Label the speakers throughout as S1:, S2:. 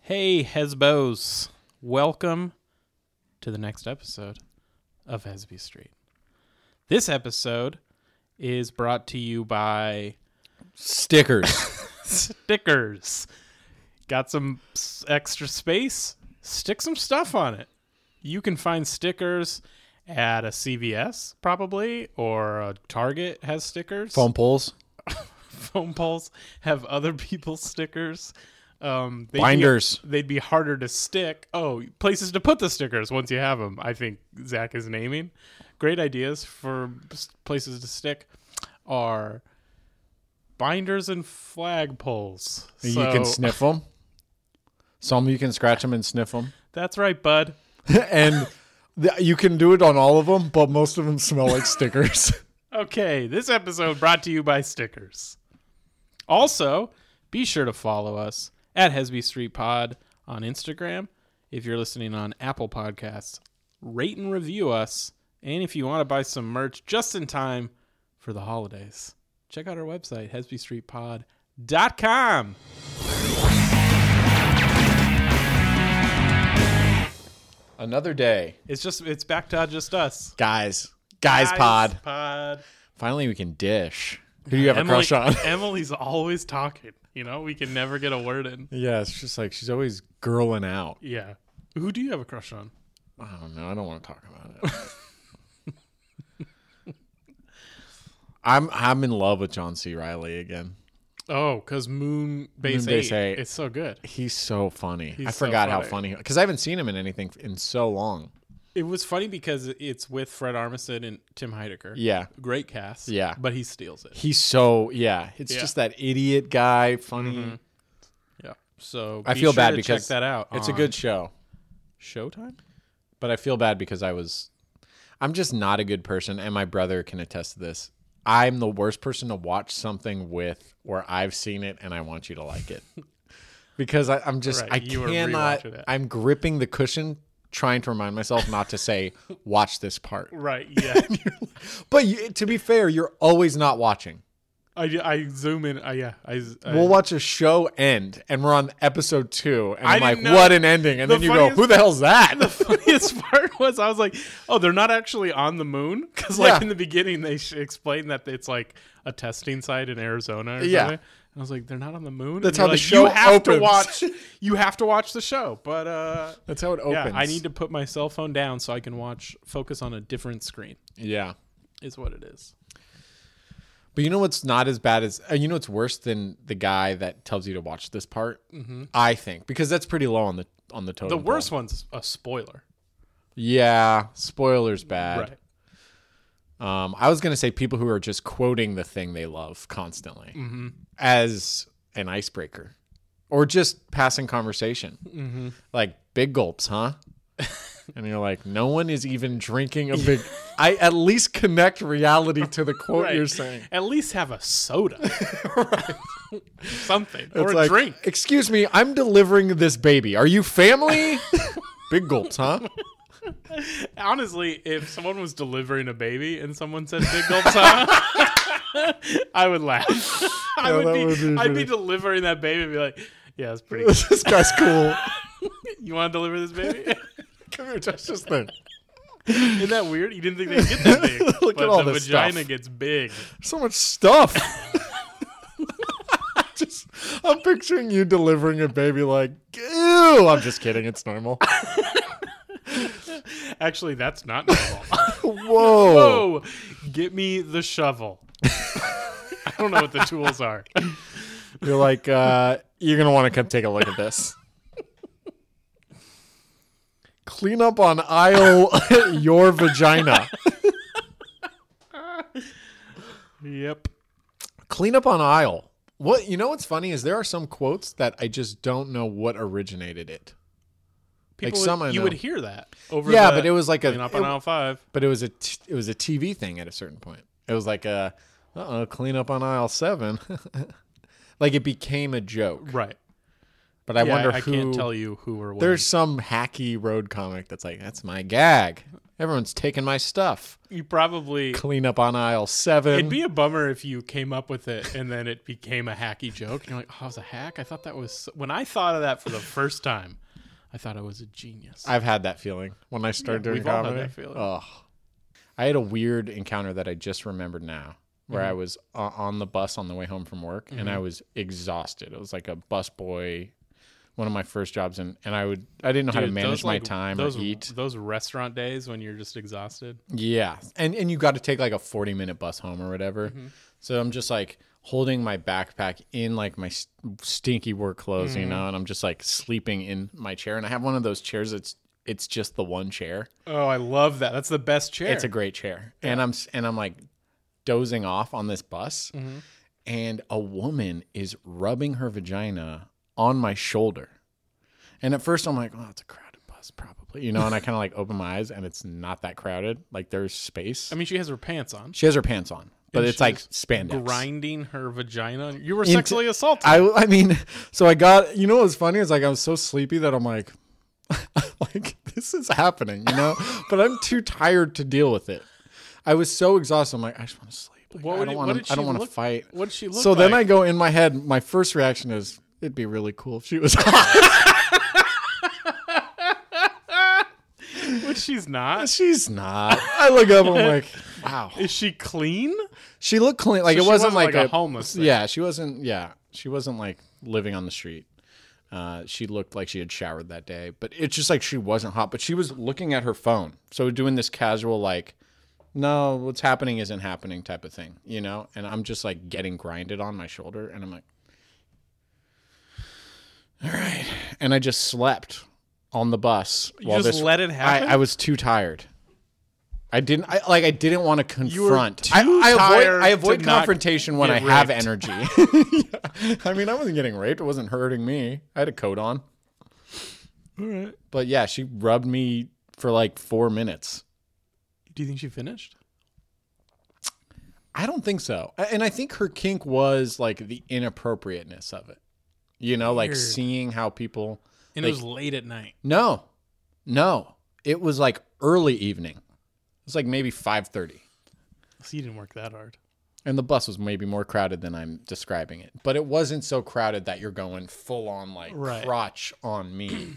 S1: Hey, Hesbos. Welcome to the next episode of Hesby Street. This episode is brought to you by
S2: Stickers.
S1: stickers. Got some s- extra space? Stick some stuff on it. You can find stickers at a CVS, probably, or a Target has stickers.
S2: Foam poles.
S1: Foam poles have other people's stickers. Um, they'd be-
S2: Binders.
S1: they'd be harder to stick. Oh, places to put the stickers once you have them. I think Zach is naming great ideas for s- places to stick are binders and flagpoles.
S2: you can
S1: So-
S2: sniff them. Some you can scratch them and sniff them.
S1: That's right, bud.
S2: and th- you can do it on all of them, but most of them smell like stickers.
S1: Okay, this episode brought to you by stickers. Also, be sure to follow us at Hesby Street Pod on Instagram. If you're listening on Apple Podcasts, rate and review us. And if you want to buy some merch just in time for the holidays, check out our website, hesbystreetpod.com.
S2: Another day.
S1: It's just, it's back to just us.
S2: Guys. Guys, pod.
S1: Pod.
S2: Finally, we can dish. Who do you have a crush on?
S1: Emily's always talking. You know, we can never get a word in.
S2: yeah, it's just like she's always girling out.
S1: Yeah. Who do you have a crush on?
S2: I don't know. I don't want to talk about it. I'm I'm in love with John C. Riley again.
S1: Oh, because Moon Base,
S2: Moon Base
S1: 8,
S2: 8.
S1: It's so good.
S2: He's so funny. I
S1: so
S2: forgot how
S1: funny.
S2: funny because I haven't seen him in anything in so long.
S1: It was funny because it's with Fred Armisen and Tim Heidecker.
S2: Yeah,
S1: Great cast.
S2: Yeah.
S1: But he steals it.
S2: he's so yeah. It's
S1: Yeah. Mm-hmm.
S2: just that idiot guy, funny.
S1: Yeah. So
S2: I
S1: be
S2: feel
S1: sure
S2: bad
S1: to
S2: because
S1: check that out.
S2: It's
S1: on
S2: a good show,
S1: Showtime?
S2: but I feel bad because I was, I'm just not a good person, and my brother can attest to this. I'm the worst person to watch something with where I've seen it and I want you to like it because I, I'm just
S1: Right,
S2: I
S1: you were
S2: cannot.
S1: rewatching it.
S2: I'm gripping the cushion. Trying to remind myself not to say watch this part,
S1: Right. Yeah.
S2: but you, to be fair, you're always not watching.
S1: I, I zoom in. I, yeah. I, I,
S2: We'll watch a show end, and we're on episode two, and
S1: I
S2: I'm like,
S1: didn't know-
S2: "What an ending!" And
S1: The
S2: then you go,
S1: funniest-
S2: "Who the hell's that?"
S1: the funniest part was I was like, oh, they're not actually on the moon because like
S2: Yeah.
S1: in the beginning they sh- explain that it's like a testing site in Arizona. Or
S2: Yeah.
S1: something. And I was like, they're not on the moon.
S2: That's
S1: And
S2: how
S1: you're
S2: the
S1: like,
S2: show
S1: You
S2: opens."
S1: have to watch. You have to watch the show, but uh,
S2: That's how it opens.
S1: yeah, I need to put my cell phone down so I can watch focus on a different screen.
S2: Yeah,
S1: Is what it is.
S2: but you know what's not as bad as uh, you know what's worse than the guy that tells you to watch this part. I think because that's pretty low on the on the
S1: Mm-hmm. The
S2: total.
S1: worst one's a spoiler.
S2: Yeah, spoilers bad.
S1: Right.
S2: Um, I was gonna say people who are just quoting the thing they love constantly as an icebreaker, or just passing conversation. like big gulps, huh? and you're like, no one is even drinking a big. I at least connect reality to the quote
S1: Right.
S2: you're saying.
S1: At least have a soda, something, or
S2: It's
S1: a
S2: like,
S1: drink.
S2: Excuse me, I'm delivering this baby. Are you family? big gulps, huh?
S1: Honestly, if someone was delivering a baby and someone said "big gulp time," I would laugh. I
S2: Yeah,
S1: would
S2: that
S1: be,
S2: would be
S1: I'd be
S2: pretty-
S1: delivering that baby and be like, "Yeah, it's pretty. good.
S2: this guy's cool.
S1: You want to deliver this baby?
S2: Come here, touch this thing.
S1: Isn't that weird? You didn't think they'd get that big,
S2: Look at
S1: but
S2: all
S1: the
S2: this
S1: vagina
S2: stuff.
S1: gets big.
S2: So much stuff. Just, I'm picturing you delivering a baby like, ew. I'm just kidding. It's normal.
S1: Actually, that's not normal.
S2: Whoa.
S1: oh, get me the shovel. I don't know what the tools are.
S2: You're like, uh, you're gonna want to come take a look at this. Clean up on aisle your vagina.
S1: Yep.
S2: Clean up on aisle. What you know? What's funny is there are some quotes that I just don't know what originated it.
S1: People
S2: some I
S1: would, you
S2: know.
S1: would hear that over.
S2: yeah,
S1: the,
S2: but it was like a
S1: clean up
S2: it-
S1: on aisle five.
S2: but it was a t- it was a TV thing at a certain point. It was like a uh oh clean up on aisle seven. like it became a joke.
S1: Right.
S2: But I
S1: Yeah,
S2: wonder
S1: I
S2: who.
S1: can't tell you who or what.
S2: There's some hacky road comic that's like, that's my gag. Everyone's taking my stuff.
S1: you probably.
S2: Clean up on aisle 7
S1: It'd be a bummer if you came up with it and then it became a hacky joke. And you're like, oh, it's a hack. I thought that was when I thought of that for the first time. I thought I was a genius.
S2: I've had that feeling when I started
S1: Yeah,
S2: doing
S1: we've all had
S2: comedy.
S1: that feeling.
S2: Ugh. I had a weird encounter that I just remembered now, where
S1: Mm-hmm.
S2: I was o- on the bus on the way home from work, and I was exhausted. It was like a bus boy, one of my first jobs, and and I would I didn't know how to
S1: Dude,
S2: manage
S1: those,
S2: my
S1: like,
S2: time
S1: those,
S2: or eat.
S1: Those restaurant days when you're just exhausted.
S2: Yeah, and and you got to take like a forty minute bus home or whatever.
S1: Mm-hmm.
S2: So I'm just like holding my backpack in like my s- stinky work clothes,
S1: Mm-hmm.
S2: you know, and I'm just like sleeping in my chair, and I have one of those chairs that's it's just the one chair.
S1: Oh, I love that. That's the best chair.
S2: It's a great chair. And I'm s- and I'm like dozing off on this bus
S1: Mm-hmm.
S2: and a woman is rubbing her vagina on my shoulder. And at first I'm like, "Oh, it's a crowded bus probably." You know, and I kind of like open my eyes and it's not that crowded. Like there's space.
S1: I mean, she has her pants on,
S2: she has her pants on, but
S1: And
S2: it's like
S1: she's
S2: spandex.
S1: grinding her vagina. You were
S2: Into-
S1: sexually assaulted.
S2: I I mean, so I got you know what's funny is like I was so sleepy that I'm like like this is happening, you know? but I'm too tired to deal with it. I was so exhausted. I'm like, I just want to sleep. Like,
S1: What
S2: I
S1: would
S2: don't
S1: it-
S2: want
S1: what did
S2: to I don't
S1: she
S2: want to
S1: look-
S2: fight.
S1: What'd she look
S2: So
S1: like?
S2: then I go in my head, my first reaction is it'd be really cool if she was hot.
S1: Which she's not.
S2: She's not. I look up and I'm like, wow.
S1: Is she clean?
S2: She looked clean. Like
S1: So
S2: it
S1: she
S2: wasn't,
S1: wasn't like a
S2: a
S1: homeless thing.
S2: Yeah, she wasn't. Yeah, she wasn't like living on the street. Uh, she looked like she had showered that day, but it's just like she wasn't hot. But she was looking at her phone, so doing this casual like, no, what's happening isn't happening type of thing, you know. And I'm just like getting grinded on my shoulder, and I'm like, all right. And I just slept on the bus
S1: You
S2: while
S1: just
S2: this.
S1: let it happen.
S2: I, I was too tired. I didn't I, like. I didn't want to
S1: were
S2: confront.
S1: too
S2: I, I
S1: tired
S2: avoid. I avoid
S1: to not
S2: confrontation when I
S1: get
S2: have
S1: raped.
S2: energy. I mean, I wasn't getting raped. It wasn't hurting me. I had a coat on.
S1: All right.
S2: But yeah, she rubbed me for like four minutes.
S1: Do you think she finished?
S2: I don't think so. A- And I think her kink was like the inappropriateness of it. You know, like
S1: Weird.
S2: seeing how people.
S1: And it
S2: Like-
S1: was late at night.
S2: No, no. It was like early evening. It's like maybe five thirty.
S1: So you didn't work that hard.
S2: And the bus was maybe more crowded than I'm describing it, but it wasn't so crowded that you're going full on like
S1: Right.
S2: crotch on me.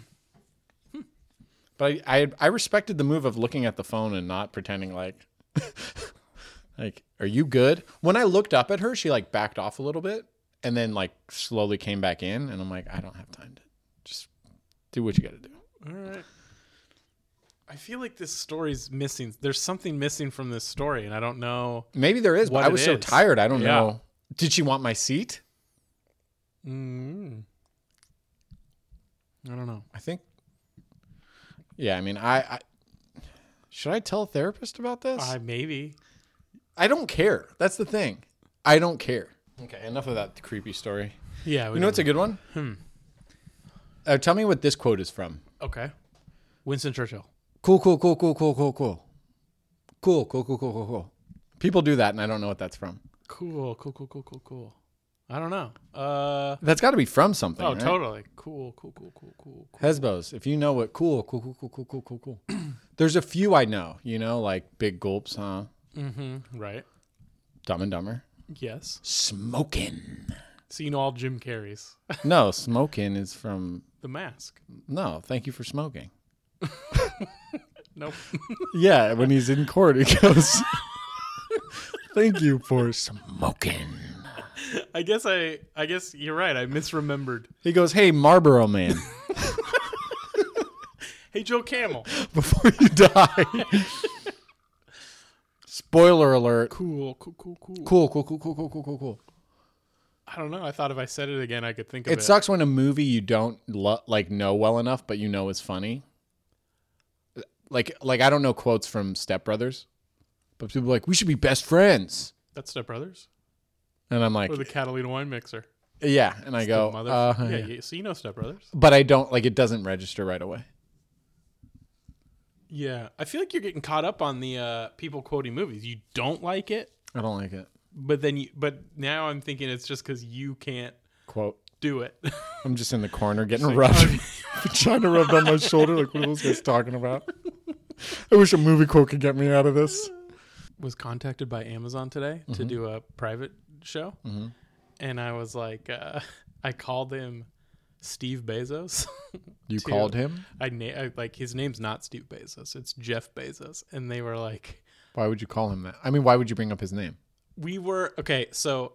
S2: but I, I I respected the move of looking at the phone and not pretending like like are you good? When I looked up at her, she like backed off a little bit and then like slowly came back in, and I'm like I don't have time to just do what you got to do.
S1: All right. I feel like this story's missing. There's something missing from this story, and I don't know.
S2: Maybe there is, but
S1: What
S2: I
S1: it
S2: was so
S1: is.
S2: tired. I don't
S1: Yeah.
S2: know. Did she want my seat?
S1: Mm. I don't know.
S2: I think. Yeah, I mean, I, I should I tell a therapist about this?
S1: I
S2: I,
S1: maybe.
S2: don't care. That's the thing. I don't care. Okay, enough of that creepy story.
S1: Yeah. We
S2: You know, what's a good one. Hmm. Uh, tell me what this quote is from.
S1: okay. Winston Churchill.
S2: Cool, cool, cool, cool, cool, cool, cool, cool, cool, cool, cool, cool, cool. People do that, and I don't know what that's from.
S1: Cool. Cool. Cool. Cool. Cool. Cool. I don't know. Uh.
S2: That's got to be from something.
S1: Oh,
S2: right?
S1: totally. Cool. Cool. Cool. Cool. Cool. cool.
S2: Hesbos, if you know what, cool, cool, cool, cool, cool, cool, cool, cool. There's a few I know, you know, like Big Gulps, huh?
S1: Mm-hmm. Right.
S2: Dumb and Dumber.
S1: Yes.
S2: Smokin'.
S1: So you know all Jim Carrey's.
S2: No, smoking is from
S1: the Mask.
S2: no. Thank you for smoking.
S1: Nope.
S2: Yeah, when he's in court, he goes, "Thank you for smoking."
S1: I guess I. I guess you're right. I misremembered.
S2: He goes, "Hey, Marlboro Man,
S1: Hey, Joe Camel.
S2: before you die." Spoiler alert.
S1: Cool. Cool. Cool. Cool.
S2: Cool, cool, cool, cool, cool, cool, cool, cool.
S1: I don't know. I thought if I said it again, I could think of
S2: It
S1: it.
S2: sucks when a movie you don't lo- like know well enough, but you know is funny. Like, like I don't know quotes from Step Brothers, but people are like, "We should be best friends,"
S1: That's Step Brothers
S2: and I'm like,
S1: or the Catalina Wine Mixer.
S2: "Yeah," and I go,
S1: The mother-
S2: uh,
S1: yeah,
S2: yeah.
S1: yeah. So you know Step Brothers.
S2: but I don't like it doesn't register right away.
S1: Yeah. I feel like you're getting caught up on the uh, people quoting movies. You don't like it,
S2: I don't like it.
S1: but then you. But now I'm thinking it's just because you can't
S2: Quote.
S1: do it.
S2: I'm just in the corner getting rubbed, trying to rub down my shoulder. Like, what are those guys talking about? I wish a movie quote could get me out of this.
S1: was contacted by Amazon today to do a private show, and I was like, uh, I called him Steve Bezos.
S2: You
S1: Two.
S2: called him?
S1: I, na- I like his name's not Steve Bezos; it's Jeff Bezos, and they were like,
S2: Why would you call him that? I mean, why would you bring up his name?
S1: we were okay. So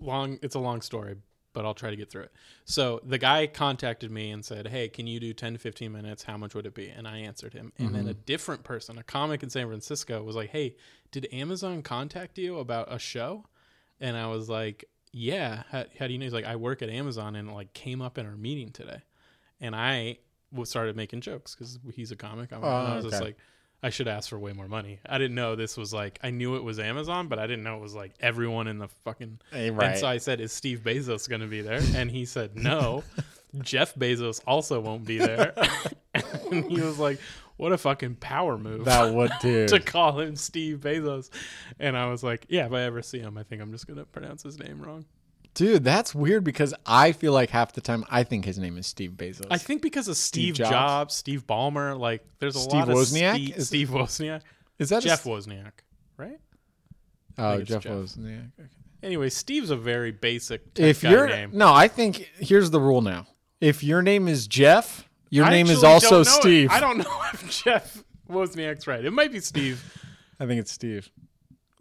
S1: long, it's a long story, but I'll try to get through it. So the guy contacted me and said, "Hey, can you do 10 to 15 minutes? How much would it be?" And I answered him. And then a
S2: Mm-hmm.
S1: different person, a comic in San Francisco, was like, "Hey, did Amazon contact you about a show?" And I was like, "Yeah, how, how do you know?" He's like, "I work at Amazon and it like came up in our meeting today." And I w- started making jokes cuz he's a comic. I'm, and I
S2: Oh,
S1: was just
S2: okay.
S1: like I should ask for way more money. I didn't know this was like I knew it was Amazon, but I didn't know it was like everyone in the fucking
S2: Hey,
S1: and so I said, "Is Steve Bezos going to be there?" And he said, "No, Jeff Bezos also won't be there." and he was like, "What a fucking power move
S2: that would do.
S1: to call him Steve Bezos." And I was like, "Yeah, if I ever see him, I think I'm just going to pronounce his name wrong."
S2: Dude, that's weird because I feel like half the time I think his name is Steve Bezos.
S1: I think because of Steve,
S2: Steve
S1: Jobs.
S2: Jobs?
S1: Steve Ballmer, like there's a
S2: Steve
S1: lot of
S2: Wozniak?
S1: Steve,
S2: Is-
S1: Steve Wozniak,
S2: is that a
S1: Jeff
S2: st-
S1: Wozniak, right?
S2: Oh,
S1: think it's
S2: Jeff,
S1: Jeff.
S2: Wozniak.
S1: Anyway, Steve's a very basic tech
S2: If
S1: guy
S2: your
S1: name.
S2: no, I think here's the rule now. If your name is Jeff, your
S1: I
S2: name is
S1: actually don't
S2: also
S1: know it.
S2: Steve.
S1: I don't know if Jeff Wozniak's right. It might be Steve.
S2: I think it's Steve.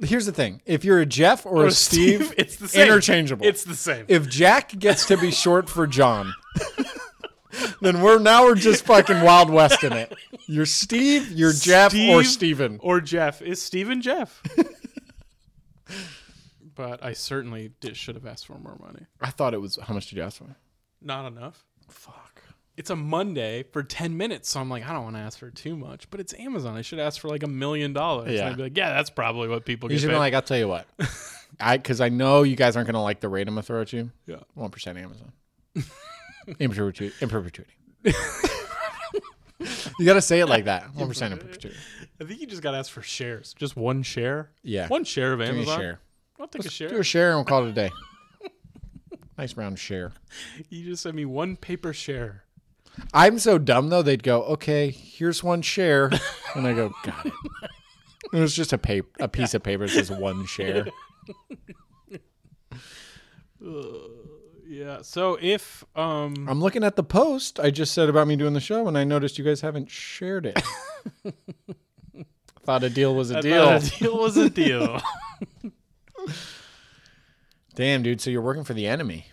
S2: Here's the thing: if you're a Jeff or, a
S1: But
S2: Steve,
S1: it's the same.
S2: interchangeable.
S1: It's the same.
S2: if Jack gets to be short for John, then we're now we're just fucking Wild West in it. You're Steve, you're Jeff, or
S1: Steve
S2: Steven.
S1: or Jeff is Steven Jeff. but I certainly did, should have asked for more money.
S2: I thought it was how much did you ask for?
S1: Not enough.
S2: Fuck.
S1: It's a Monday for 10 minutes, so I'm like, I don't want to ask for too much, but it's Amazon. I should ask for like a million dollars. And
S2: Yeah.
S1: I'd be like, yeah, that's probably what people
S2: You
S1: get
S2: should
S1: paid.
S2: be like, I'll tell you what, I because I know you guys aren't gonna like the rate I'm gonna throw at you.
S1: Yeah.
S2: one percent Amazon. in perpetuity. In perpetuity. you gotta say it like that. One percent in perpetuity.
S1: I think you just got to ask for shares. Just one share.
S2: Yeah.
S1: One share of Amazon.
S2: Give me a share.
S1: I'll take a
S2: Do
S1: share.
S2: a share and we'll call it a day. nice round share.
S1: You just send me one paper share.
S2: I'm so dumb though. They'd go, "Okay, here's one share," and I go, "Got it." It was just a paper, a piece of paper that says one share.
S1: Yeah. So if um
S2: I'm looking at the post I just said about me doing the show, and I noticed you guys haven't shared it. Thought a deal was a
S1: I
S2: deal.
S1: thought a deal was a deal.
S2: Damn, dude. So you're working for the enemy.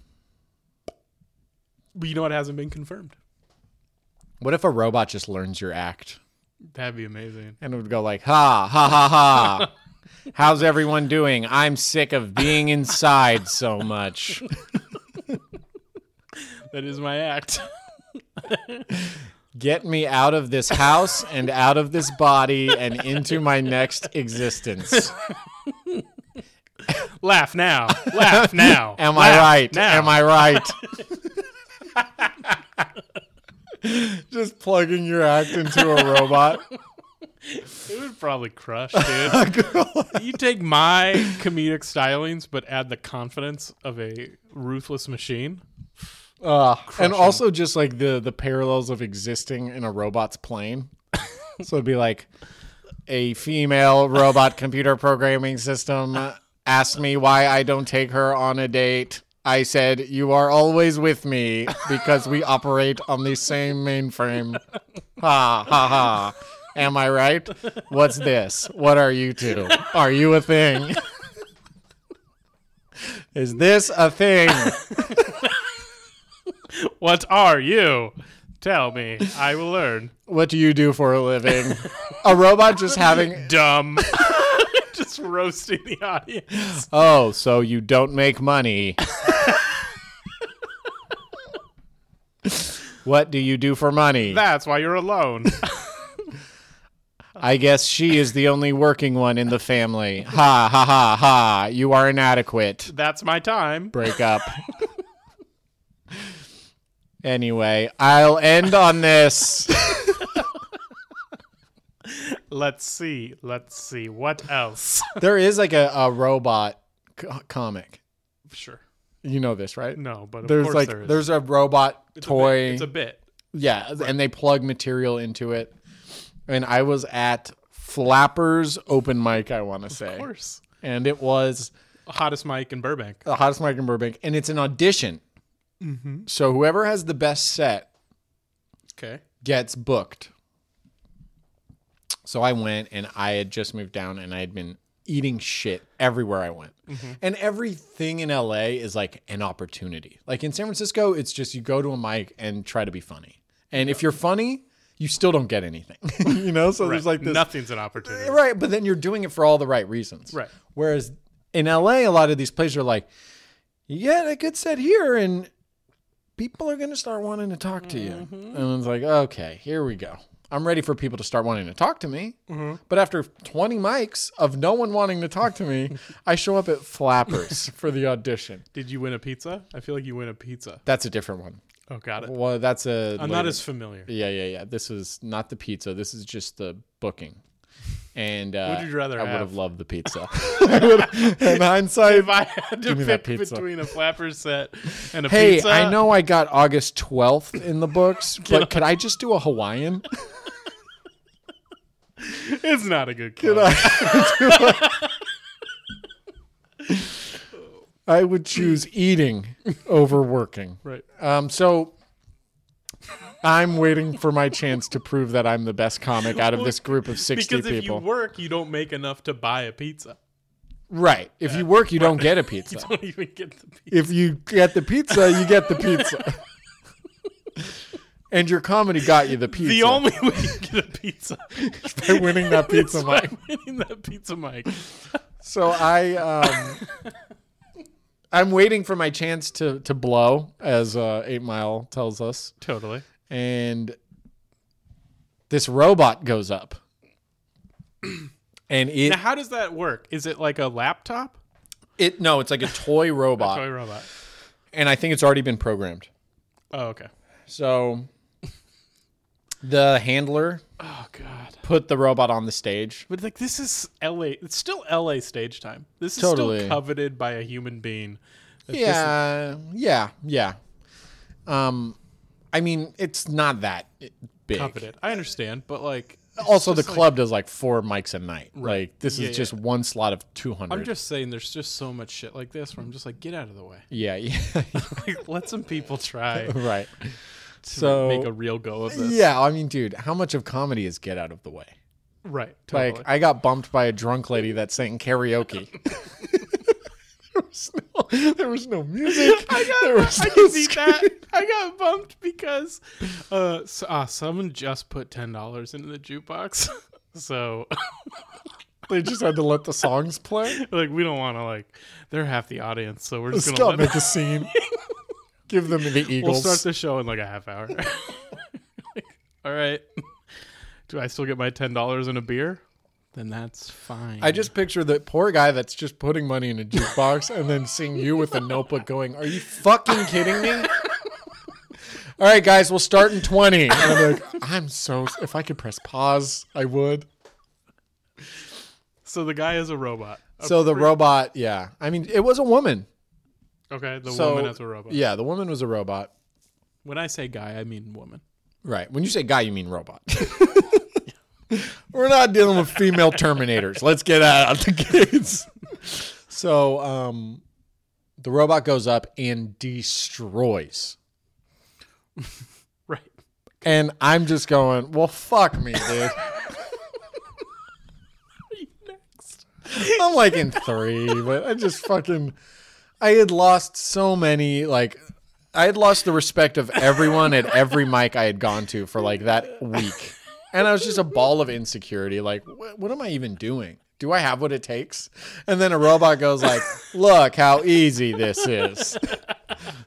S1: But you know it hasn't been confirmed.
S2: What if a robot just learns your act
S1: That'd be amazing.
S2: and it would go like, "Ha ha ha ha." How's everyone doing? I'm sick of being inside so much.
S1: That is my act.
S2: Get me out of this house and out of this body and into my next existence.
S1: Laugh now. Laugh now.
S2: Am
S1: Laugh
S2: I right?
S1: Now.
S2: Am I right? Just plugging your act into a robot.
S1: It would probably crush, dude. you take my comedic stylings, but add the confidence of a ruthless machine.
S2: Uh, and also just like the the parallels of existing in a robot's plane. so it'd be like a female robot computer programming system asked me why I don't take her on a date. I said, "You are always with me because we operate on the same mainframe." Ha ha ha. Am I right? What's this? What are you two? Are you a thing? Is this a thing?
S1: What are you? Tell me. I will learn.
S2: what do you do for a living? a robot just having,
S1: Dumb. Just roasting the audience.
S2: oh, so you don't make money. what do you do for money?
S1: That's why you're alone.
S2: I guess she is the only working one in the family. Ha ha ha ha. You are inadequate.
S1: That's my time.
S2: Break up. anyway, I'll end on this.
S1: Let's see. Let's see. What else?
S2: there is like a, a robot co- comic.
S1: sure.
S2: You know this, right?
S1: No, but of
S2: There's
S1: course
S2: like
S1: there is.
S2: there's a robot
S1: It's a bit-
S2: toy.
S1: it's a bit.
S2: Yeah, and they plug material into it. And I was at Flappers open mic, I want to
S1: Of
S2: say,
S1: course.
S2: and it was
S1: Hottest mic in Burbank.
S2: the hottest mic in Burbank, and it's an audition.
S1: Mm-hmm.
S2: So whoever has the best set
S1: Okay.
S2: gets booked. So I went, and I had just moved down, and I had been eating shit everywhere I went. And everything in LA is like an opportunity. Like in San Francisco, it's just you go to a mic and try to be funny. And if you're funny, you still don't get anything. you know, so there's like this
S1: Nothing's an opportunity.
S2: Right, but then you're doing it for all the right reasons.
S1: Right.
S2: Whereas in LA, a lot of these places are like, you get a good set here, and people are going to start wanting to talk to you.
S1: Mm-hmm.
S2: And it's like, okay, here we go. I'm ready for people to start wanting to talk to me.
S1: Mm-hmm.
S2: But after 20 mics of no one wanting to talk to me, I show up at Flappers for the audition.
S1: Did you win a pizza? I feel like you win a pizza.
S2: That's a different one.
S1: Oh, got it.
S2: Well, that's a.
S1: I'm not
S2: later-
S1: as familiar.
S2: Yeah, yeah, yeah. This is not the pizza. This is just the booking. And uh,
S1: What'd you rather
S2: I would
S1: have?
S2: have loved the pizza. I would- in hindsight,
S1: If I had to
S2: Give me that
S1: pick
S2: pizza.
S1: between a flapper set and a
S2: hey,
S1: pizza,
S2: I know I got August twelfth in the books, but could I just do a Hawaiian?
S1: it's not a good club.
S2: I would choose eating over working.
S1: Right.
S2: Um, so I'm waiting for my chance to prove that I'm the best comic out of this group of sixty
S1: Because if you
S2: people.
S1: work, you don't make enough to buy a pizza.
S2: right. If you work, you don't get a pizza.
S1: You don't even get the pizza.
S2: if you get the pizza, you get the pizza. and your comedy got you the pizza.
S1: The only way you get a pizza is
S2: by winning that pizza
S1: by
S2: mic.
S1: winning that pizza mic.
S2: So I um I'm waiting for my chance to to blow as uh 8 Mile tells us.
S1: Totally.
S2: And this robot goes up. And it
S1: Now, how does that work? Is it like a laptop?
S2: it no, it's like a toy robot.
S1: Toy robot.
S2: And I think it's already been programmed.
S1: Oh, okay.
S2: So the handler
S1: Oh, God.
S2: put the robot on the stage
S1: But like this is LA. It's still LA stage time. This is
S2: Totally.
S1: still coveted by a human being. That this is-
S2: yeah, yeah, yeah. Um, I mean, it's not that big.
S1: coveted. I understand, but like
S2: Also, the club does like four mics a night. Like this
S1: Yeah,
S2: is just one slot of two
S1: I'm
S2: hundred.
S1: just saying, there's just so much shit like this where I'm just like, get out of the way.
S2: yeah, yeah,
S1: Like, let some people try to
S2: right. So
S1: make a real go of this.
S2: yeah, I mean, dude, how much of comedy is get out of the way?
S1: Right. Totally.
S2: Like, I got bumped by a drunk lady that sang karaoke. there, was no, there was no music. I got, there was
S1: I
S2: no
S1: can see
S2: sc-
S1: that. I got bumped because uh, so, ah, someone just put ten dollars into the jukebox. so
S2: They just had to let the songs play.
S1: like we don't want to like they're half the audience, so we're just
S2: Just
S1: gonna
S2: gotta
S1: let them,
S2: make a scene. Give them the
S1: we'll
S2: Eagles.
S1: start the show in like a half hour. all right. Do I still get my ten dollars and a beer? Then that's fine.
S2: I just picture the poor guy that's just putting money in a jukebox and then seeing you with a notebook going, Are you fucking kidding me? All right, guys, we'll start in 20. And I'm like, I'm so, if I could press pause, I would.
S1: so the guy is a robot.
S2: So the robot, yeah. I mean, it was a woman.
S1: Okay, the
S2: So,
S1: woman is a robot.
S2: Yeah, the woman was a robot.
S1: When I say guy, I mean woman.
S2: Right. When you say guy, you mean robot. We're not dealing with female Terminators. Let's get that out the gates. So um, the robot goes up and destroys.
S1: Right.
S2: And I'm just going, well, fuck me, dude.
S1: Next.
S2: I'm like in three, but I just fucking, I had lost so many, like, I had lost the respect of everyone at every mic I had gone to for like that week. And I was just a ball of insecurity. Like, what, what am I even doing? Do I have what it takes? And then a robot goes like, look how easy this is.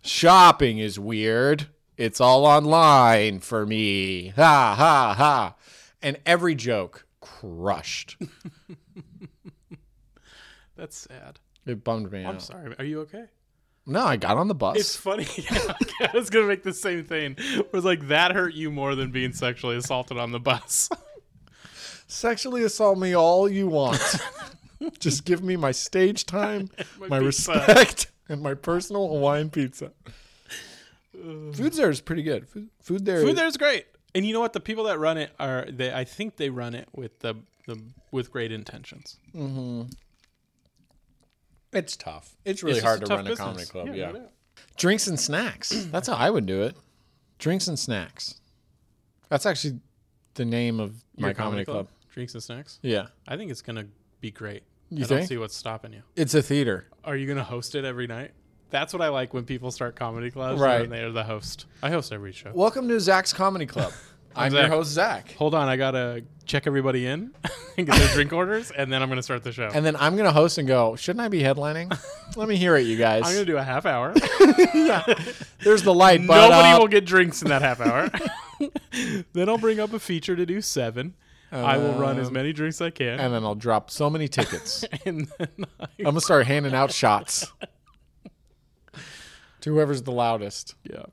S2: Shopping is weird. It's all online for me. Ha ha ha. And every joke crushed.
S1: That's sad.
S2: It bummed me out.
S1: I'm sorry. Are you okay?
S2: No, I got on the bus.
S1: It's funny. Yeah, I was gonna make the same thing. It was like that hurt you more than being sexually assaulted on the bus.
S2: Sexually assault me all you want. Just give me my stage time, my,
S1: pizza.
S2: respect, and my personal Hawaiian pizza. Food there is pretty good. Food, food there.
S1: Food there's great, and you know what? The people that run it are they. I think they run it with the, the with great intentions.
S2: It's tough. It's really
S1: It's just
S2: hard to
S1: tough
S2: run
S1: business.
S2: a comedy club.
S1: no
S2: Yeah.
S1: doubt.
S2: Drinks and snacks. That's how I would do it. Drinks and snacks. That's actually the name of my
S1: Your
S2: comedy, club.
S1: drinks and snacks.
S2: Yeah.
S1: I think it's gonna be great.
S2: You
S1: I don't
S2: think?
S1: see what's stopping you.
S2: It's a theater.
S1: Are you gonna host it every night? That's what I like when people start comedy clubs.
S2: Right.
S1: and they're the host. I host every show.
S2: Welcome to Zach's Comedy Club. I'm your
S1: Zach.
S2: host, Zach.
S1: Hold on, I gotta check everybody in and get their drink orders, and then I'm gonna start the show.
S2: And then I'm going to host and go, shouldn't I be headlining? Let me hear it, you guys.
S1: I'm gonna do a half hour.
S2: There's the light, but
S1: Nobody
S2: uh,
S1: will get drinks in that half hour. then I'll bring up a feature to do seven. I will run as many drinks I can, and,
S2: And then I'll drop so many tickets.
S1: then I,
S2: I'm going to start handing out shots to whoever's the loudest.
S1: yeah.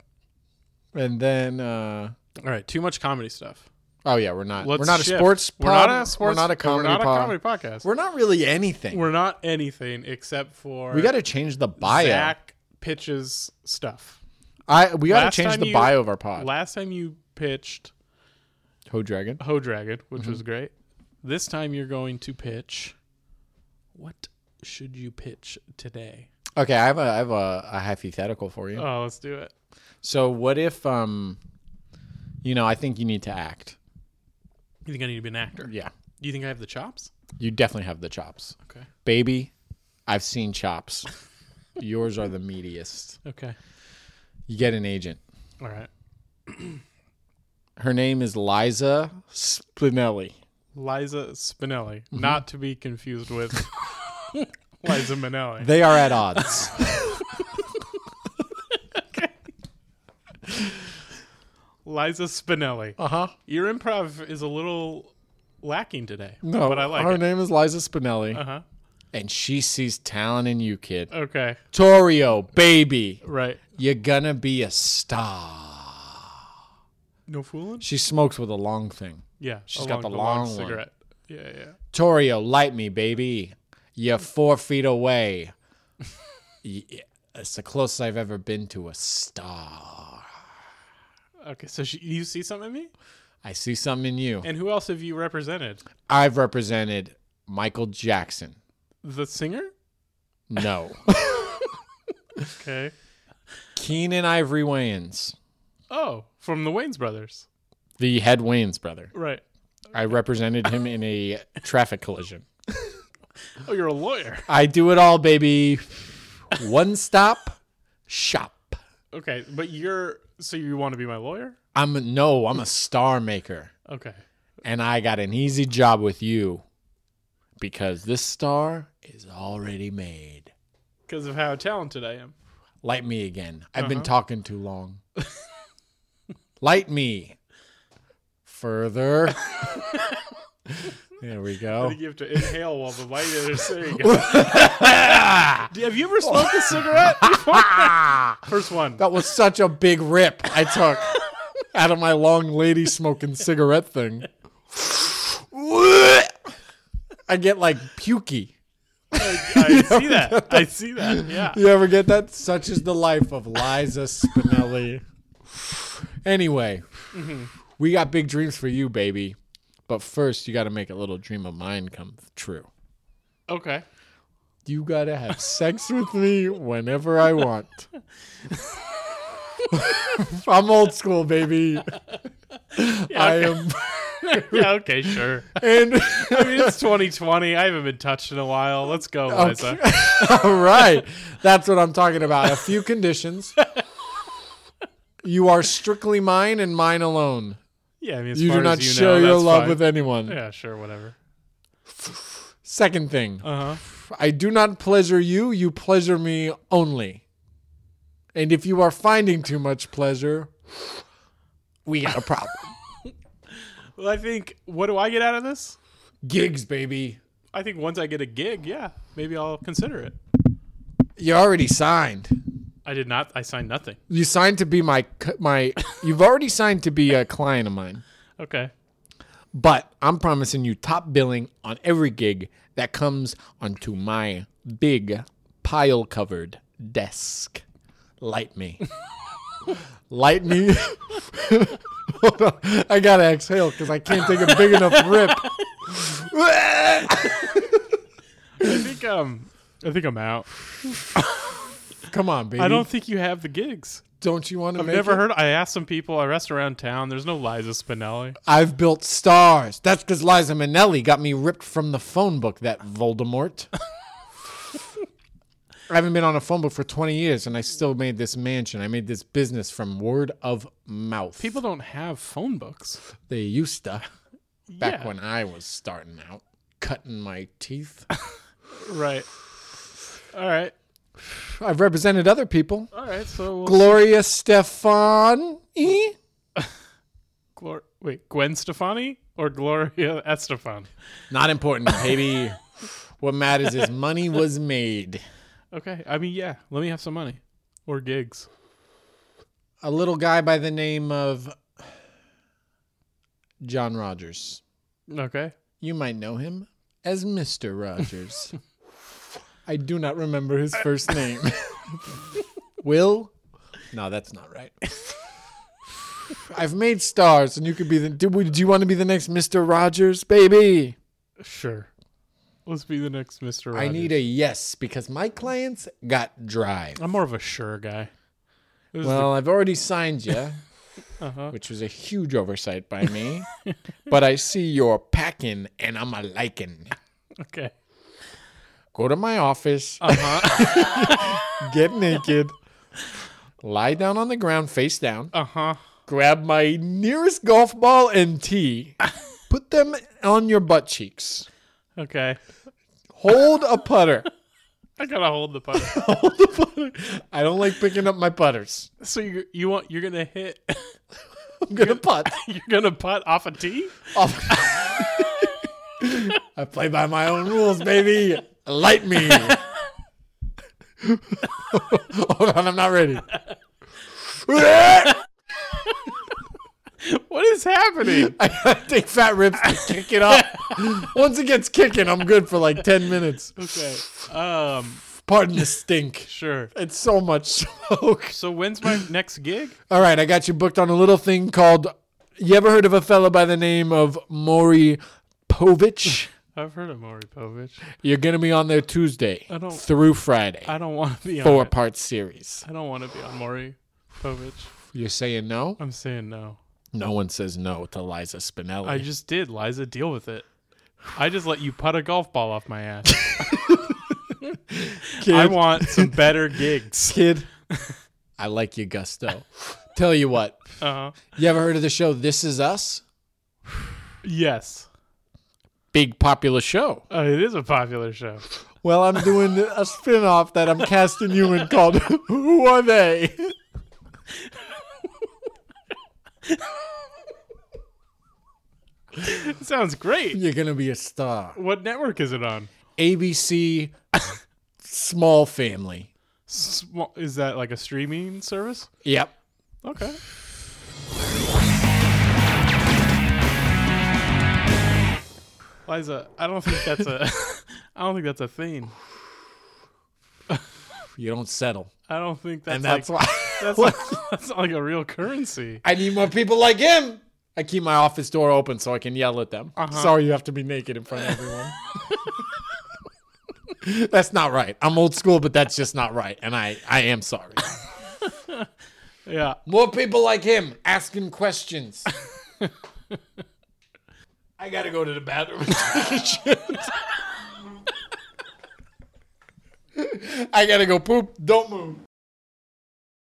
S2: And then, uh,
S1: All right, too much comedy stuff.
S2: oh, yeah, we're not.
S1: Let's
S2: we're not
S1: shift.
S2: a sports
S1: We're not
S2: pod.
S1: a sports.
S2: We're not a comedy
S1: We're not
S2: pod.
S1: a comedy podcast. We're,
S2: We're not really anything.
S1: not anything except for
S2: we got to change the bio.
S1: Zach pitches stuff.
S2: I we got
S1: Last
S2: to change
S1: time
S2: the
S1: you-
S2: bio of our pod.
S1: Last time you pitched
S2: Ho Dragon.
S1: Ho Dragon, which was great. This time you're going to pitch. What should you pitch today?
S2: Okay, I have a I have a, a hypothetical for you.
S1: Oh, let's do it.
S2: So what if um, you know, I think you need to act.
S1: You think I need to be an actor?
S2: Yeah,
S1: Do you think I have the chops?
S2: you definitely have the chops,
S1: Okay.
S2: baby. I've seen chops. Yours are the meatiest.
S1: Okay.
S2: You get an agent.
S1: All right.
S2: Her name is Liza Spinelli.
S1: Liza Spinelli, not to be confused with Liza Minnelli.
S2: They are at odds.
S1: Liza Spinelli.
S2: uh huh.
S1: Your improv is a little lacking today.
S2: No,
S1: but I like
S2: her
S1: it.
S2: name is Liza Spinelli,
S1: Uh huh.
S2: and she sees talent in you, kid.
S1: Okay.
S2: Torio, baby,
S1: Right.
S2: you're gonna be a star.
S1: No fooling.
S2: She smokes with a long thing.
S1: Yeah. She's
S2: She's got the long one.
S1: cigarette. Yeah, yeah.
S2: Torio, light me, baby. You're four feet away. Y- It's the closest I've ever been to a star.
S1: Okay. So she, you see something in me?
S2: I see something in you.
S1: And who else have you represented?
S2: I've represented Michael Jackson.
S1: The singer?
S2: No.
S1: Okay.
S2: Keenan Ivory Wayans.
S1: Oh, from the Wayne's Brothers.
S2: The head Wayans brother.
S1: Right.
S2: I represented him in a traffic collision.
S1: Oh, you're a lawyer.
S2: I do it all, baby. One stop shop.
S1: Okay, but you're so you want to be my lawyer?
S2: I'm a- no, I'm a star maker.
S1: Okay.
S2: and I got an easy job with you because this star is already made.
S1: Because of how talented I am.
S2: Light me again. I've been talking too long. Light me further. there we
S1: I
S2: go.
S1: think you have to inhale while the light is saying. Have you ever smoked a cigarette?
S2: Ah!
S1: First one.
S2: that was such a big rip I took out of my long lady smoking cigarette thing. I get like pukey.
S1: I, I see that. I see that. Yeah.
S2: You ever get that? Such is the life of Liza Spinelli. anyway, we got big dreams for you, baby. But first, you got to make a little dream of mine come true.
S1: Okay.
S2: You got to have sex with me whenever I want. I'm old school, baby. I am.
S1: Yeah. Okay. Sure.
S2: And
S1: I mean, it's 2020. I haven't been touched in a while. Let's go, Liza.
S2: All right. That's what I'm talking about. A few conditions. You are strictly mine and mine alone.
S1: Yeah. I mean, as
S2: You
S1: far
S2: do not
S1: as you
S2: share
S1: know,
S2: your
S1: that's
S2: love
S1: fine.
S2: with anyone.
S1: Yeah. Sure. Whatever.
S2: Second thing,
S1: Uh huh.
S2: I do not pleasure you, you pleasure me only. And if you are finding too much pleasure, we got a problem.
S1: Well, I think. What do I get out of this?
S2: Gigs, baby.
S1: I think once I get a gig, yeah, maybe I'll consider it.
S2: You already signed.
S1: I did not. I signed nothing.
S2: You signed to be my c- my you've already signed to be a client of mine.
S1: Okay.
S2: But I'm promising you top billing on every gig that comes onto my big pile covered desk. Light me. Light me. Hold on. I gotta exhale because I can't take a big enough rip.
S1: I think um, I think I'm out.
S2: Come on, baby.
S1: I don't think you have the gigs.
S2: Don't you want to
S1: I've
S2: make
S1: never
S2: it?
S1: heard. I asked some people. I rest around town. There's no Liza Spinelli.
S2: I've built stars. That's because Liza Minnelli got me ripped from the phone book, that Voldemort. I haven't been on a phone book for 20 years and I still made this mansion. I made this business from word of mouth.
S1: People don't have phone books.
S2: they used to back
S1: Yeah,
S2: when I was starting out, cutting my teeth.
S1: Right. All right.
S2: I've represented other people.
S1: All right. So we'll,
S2: Gloria Stefan. Eh?
S1: Glor- wait, Gwen Stefani or Gloria Estefan?
S2: Not important, baby. what matters is money was made.
S1: Okay. I mean, yeah. Let me have some money or gigs.
S2: a little guy by the name of John Rogers.
S1: Okay.
S2: You might know him as Mr. Rogers. I do not remember his first name. Will? No, that's not right. I've made stars, and you could be the. Do, would- do you want to be the next Mr. Rogers, baby?
S1: Sure. Let's be the next Mister.
S2: I need a yes because my clients got drive.
S1: I'm more of a sure guy. This is the-
S2: Well, I've already signed you,
S1: Uh-huh.
S2: which was a huge oversight by me. but I see you're packing and I'm a liking.
S1: okay.
S2: Go to my office,
S1: Uh-huh,
S2: get naked, lie down on the ground face down,
S1: Uh huh.
S2: grab my nearest golf ball and tee, put them on your butt cheeks,
S1: Okay.
S2: hold a putter.
S1: I gotta hold the puck.
S2: Hold a putter. I don't like picking up my putters.
S1: so you you want you're gonna hit
S2: I'm gonna putt.
S1: you're gonna putt off a tee?
S2: off. Oh. I play by my own rules, baby. Light me. Hold on, I'm not ready. I
S1: What is happening?
S2: gotta take fat rips to kick it up. Once it gets kicking, I'm good for like 10 minutes.
S1: Okay. Um.
S2: Pardon the stink.
S1: Sure.
S2: It's so much smoke.
S1: So when's my next gig?
S2: All right, I got you booked on a little thing called. You ever heard of a fella by the name of Maury Povich?
S1: I've heard of Maury Povich.
S2: You're gonna be on there Tuesday
S1: I don't-
S2: through Friday.
S1: I don't want to be on.
S2: four
S1: it.
S2: part series.
S1: I don't want to be on Maury Povich.
S2: You're saying no?
S1: I'm saying no.
S2: No one says no to Liza Spinelli.
S1: I just did, Liza. Deal with it. I just let you putt a golf ball off my ass.
S2: kid,
S1: I want some better gigs.
S2: kid. I like you, Gusto. Tell you what,
S1: Uh,
S2: you ever heard of the show This Is Us?
S1: yes,
S2: Big popular show.
S1: uh, it is a popular show.
S2: Well, I'm doing a spin off that I'm casting you in called Who Are They?
S1: It sounds great.
S2: You're going to be a star.
S1: What network is it on?
S2: ABC Small Family.
S1: Sm- is that like a streaming service?
S2: Yep.
S1: Okay. Liza, I don't think that's a, I don't think that's a thing.
S2: You don't settle.
S1: I don't think that's
S2: and that's
S1: like,
S2: why.
S1: that's, like, that's not like a real currency.
S2: I need more people like him. I keep my office door open so I can yell at them. Sorry, you have to be naked in front of everyone. that's not right. I'm old school, but that's just not right, and I I am sorry.
S1: Yeah.
S2: More people like him asking questions. I gotta go to the bathroom. and take a shit. I gotta go poop. Don't move.